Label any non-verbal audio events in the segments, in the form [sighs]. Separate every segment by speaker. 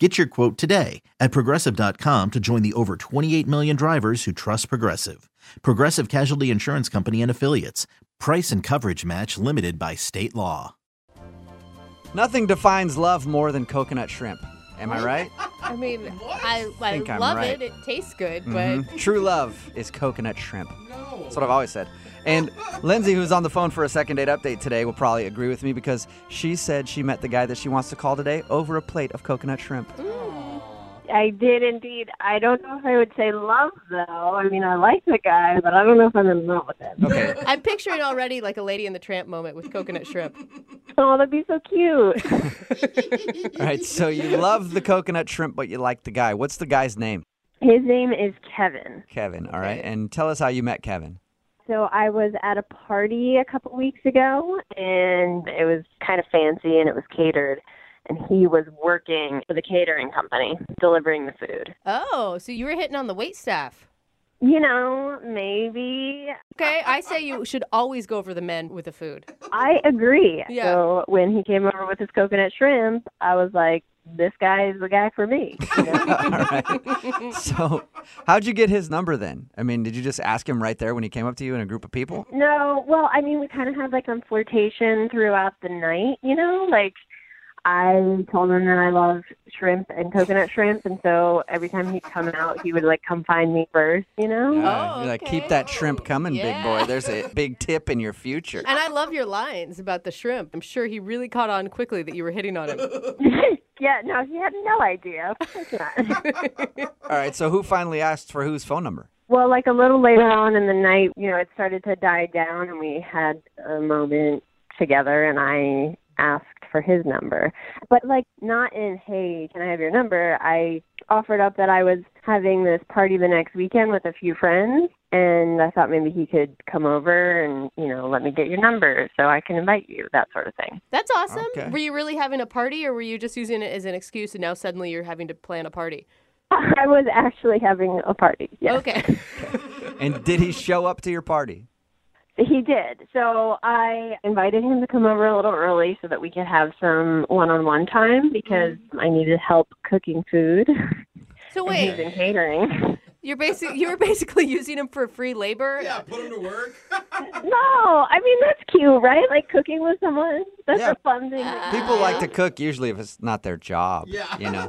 Speaker 1: Get your quote today at progressive.com to join the over 28 million drivers who trust Progressive. Progressive Casualty Insurance Company and Affiliates. Price and coverage match limited by state law.
Speaker 2: Nothing defines love more than coconut shrimp. Am I right?
Speaker 3: I mean, I, I
Speaker 2: Think I'm
Speaker 3: love
Speaker 2: right.
Speaker 3: it. It tastes good, but [laughs]
Speaker 2: Mhm. True love is coconut shrimp. No. That's what I've always said. And Lindsay, who's on the phone for a second date update today, will probably agree with me because she said she met the guy that she wants to call today over a plate of coconut shrimp.
Speaker 4: I did indeed. I don't know if I would say love though. I mean, I like the guy, but I don't know if I'm in love with him.
Speaker 2: Okay.
Speaker 3: I'm picturing already like a Lady in the Tramp moment with coconut shrimp.
Speaker 4: Oh, that'd be so cute. [laughs]
Speaker 2: All right. So you love the coconut shrimp, but you like the guy. What's the guy's name?
Speaker 4: His name is Kevin.
Speaker 2: Kevin. All right. And tell us how you met Kevin.
Speaker 4: So I was at a party a couple weeks ago, and it was kind of fancy, and it was catered. And he was working for the catering company, delivering the food.
Speaker 3: Oh, so you were hitting on the wait staff.
Speaker 4: You know, maybe
Speaker 3: Okay, I say you should always go for the men with the food.
Speaker 4: I agree.
Speaker 3: Yeah.
Speaker 4: So when he came over with his coconut shrimp, I was like, "This guy is the guy for me." You know?
Speaker 2: All right. So how'd you get his number then? I mean, did you just ask him right there when he came up to you in a group of people?
Speaker 4: No, well, I mean, we kind of had like a flirtation throughout the night, you know? Like, I told him that I love shrimp and coconut shrimp, and so every time he'd come out, he would like come find me first, you know?
Speaker 2: Uh,
Speaker 3: Oh,
Speaker 2: you're like,
Speaker 3: okay.
Speaker 2: keep that shrimp coming, big
Speaker 3: Yeah.
Speaker 2: boy. There's
Speaker 3: [laughs]
Speaker 2: a big tip in your future.
Speaker 3: And I love your lines about the shrimp. I'm sure he really caught on quickly that you were hitting on him.
Speaker 4: [laughs] yeah, no, he had no idea. Of course not. [laughs]
Speaker 2: All right, so who finally asked for whose phone number?
Speaker 4: well, like a little later on in the night, you know, it started to die down, and we had a moment together, and I asked for his number. But like not in, hey, can I have your number? I offered up that I was having this party the next weekend with a few friends and I thought maybe he could come over and, you know, let me get your number so I can invite you, that sort of thing. [laughs]
Speaker 3: That's awesome.
Speaker 2: Okay.
Speaker 3: Were you really having a party or were you just using it as an excuse and now suddenly you're having to plan a party?
Speaker 4: I was actually having a party. Yes.
Speaker 3: Okay.
Speaker 2: And did he show up to your party?
Speaker 4: He did. So I invited him to come over a little early so that we could have some one on one time because I needed help cooking food [laughs]
Speaker 3: So
Speaker 4: He's
Speaker 3: wait,
Speaker 4: in catering.
Speaker 3: you're basic you were basically [laughs] using him for free labor?
Speaker 5: Yeah, put him to work.
Speaker 4: No, I mean that's cute, right? Like cooking with someone. That's
Speaker 2: Yeah.
Speaker 4: a fun thing. to do.
Speaker 2: People like to cook usually if it's not their job.
Speaker 5: Yeah.
Speaker 2: You
Speaker 3: [laughs]
Speaker 2: know?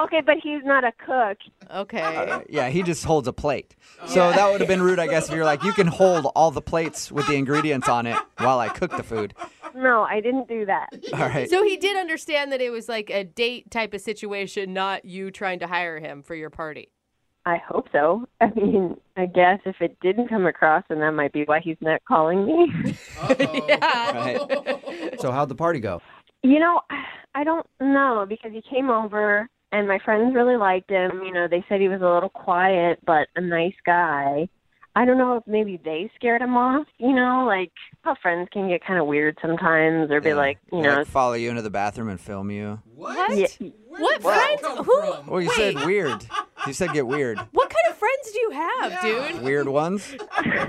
Speaker 4: Okay, but he's not a cook.
Speaker 3: Okay.
Speaker 2: Uh, Yeah, he just holds a plate.
Speaker 3: Oh,
Speaker 2: So that would have been rude, I guess, if you're like, you can hold all the plates with the ingredients on it while I cook the
Speaker 3: [laughs]
Speaker 2: food.
Speaker 4: No, I didn't do that.
Speaker 2: All right.
Speaker 3: So he did understand that it was like a date type of situation, not you trying to hire him for your party. [laughs]
Speaker 4: I hope so. [laughs] I mean, I guess if it didn't come across, then that might be why he's not calling me. [laughs]
Speaker 3: Oh, Yeah. [laughs]
Speaker 2: Right. So how'd the party go?
Speaker 4: you know, [sighs] I don't know because he came over and my friends really liked him. You know, they said he was a little quiet but a nice guy. I don't know if maybe they scared him off. You know, like how friends can get kind of weird sometimes, or be
Speaker 2: Yeah.
Speaker 4: like, you
Speaker 2: Like,
Speaker 4: know,
Speaker 2: follow you into the bathroom and film you.
Speaker 3: What?
Speaker 5: What?
Speaker 4: Yeah.
Speaker 5: Where
Speaker 3: What
Speaker 5: did that
Speaker 3: friends?
Speaker 5: come
Speaker 3: Who-
Speaker 5: from?
Speaker 2: Well, you said weird. You said get weird.
Speaker 3: What kind of friends do you have, dude?
Speaker 2: Weird ones?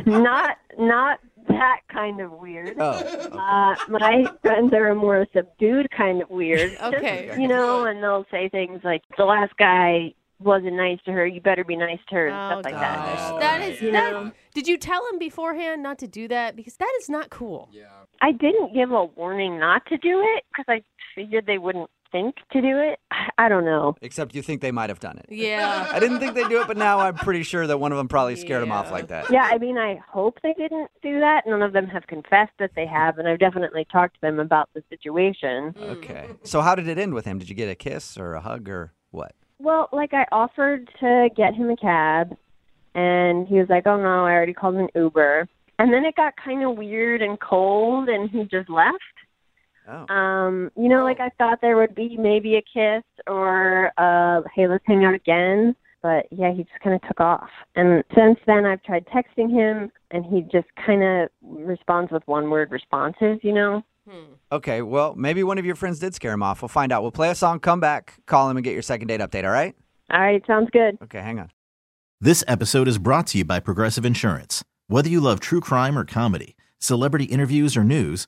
Speaker 4: not not that kind of weird.
Speaker 2: Oh.
Speaker 4: Uh, my friends are a more subdued kind of weird.
Speaker 3: [laughs] Okay.
Speaker 4: You know, and they'll say things like, "The last guy wasn't nice to her. You better be nice to her," and
Speaker 3: Oh,
Speaker 4: stuff like that.
Speaker 3: gosh. That is
Speaker 4: You know.
Speaker 3: that. Did you tell him beforehand not to do that? Because that is not cool.
Speaker 5: Yeah.
Speaker 4: I didn't give a warning not to do it because I figured they wouldn't think to do it. I- I don't know.
Speaker 2: Except you think they might have done it.
Speaker 3: Yeah.
Speaker 2: I didn't think they'd do it, but now I'm pretty sure that one of them probably scared him off like that.
Speaker 4: Yeah, I mean, I hope they didn't do that. None of them have confessed that they have, and I've definitely talked to them about the situation.
Speaker 2: Okay. So how did it end with him? Did you get a kiss or a hug or what?
Speaker 4: Well, like I offered to get him a cab, and he was like, "Oh no, I already called an Uber." And then it got kind of weird and cold, and he just left.
Speaker 2: Oh.
Speaker 4: Um, you know, like I thought there would be maybe a kiss or uh, hey, let's hang out again. But yeah, he just kind of took off. And since then, I've tried texting him, and he just kind of responds with one word responses, you know?
Speaker 3: Hmm.
Speaker 2: Okay, well, maybe one of your friends did scare him off. We'll find out. We'll play a song, come back, call him, and get your second date update, all right?
Speaker 4: All right, sounds good.
Speaker 2: Okay, hang on.
Speaker 1: This episode is brought to you by Progressive Insurance. Whether you love true crime or comedy, celebrity interviews or news,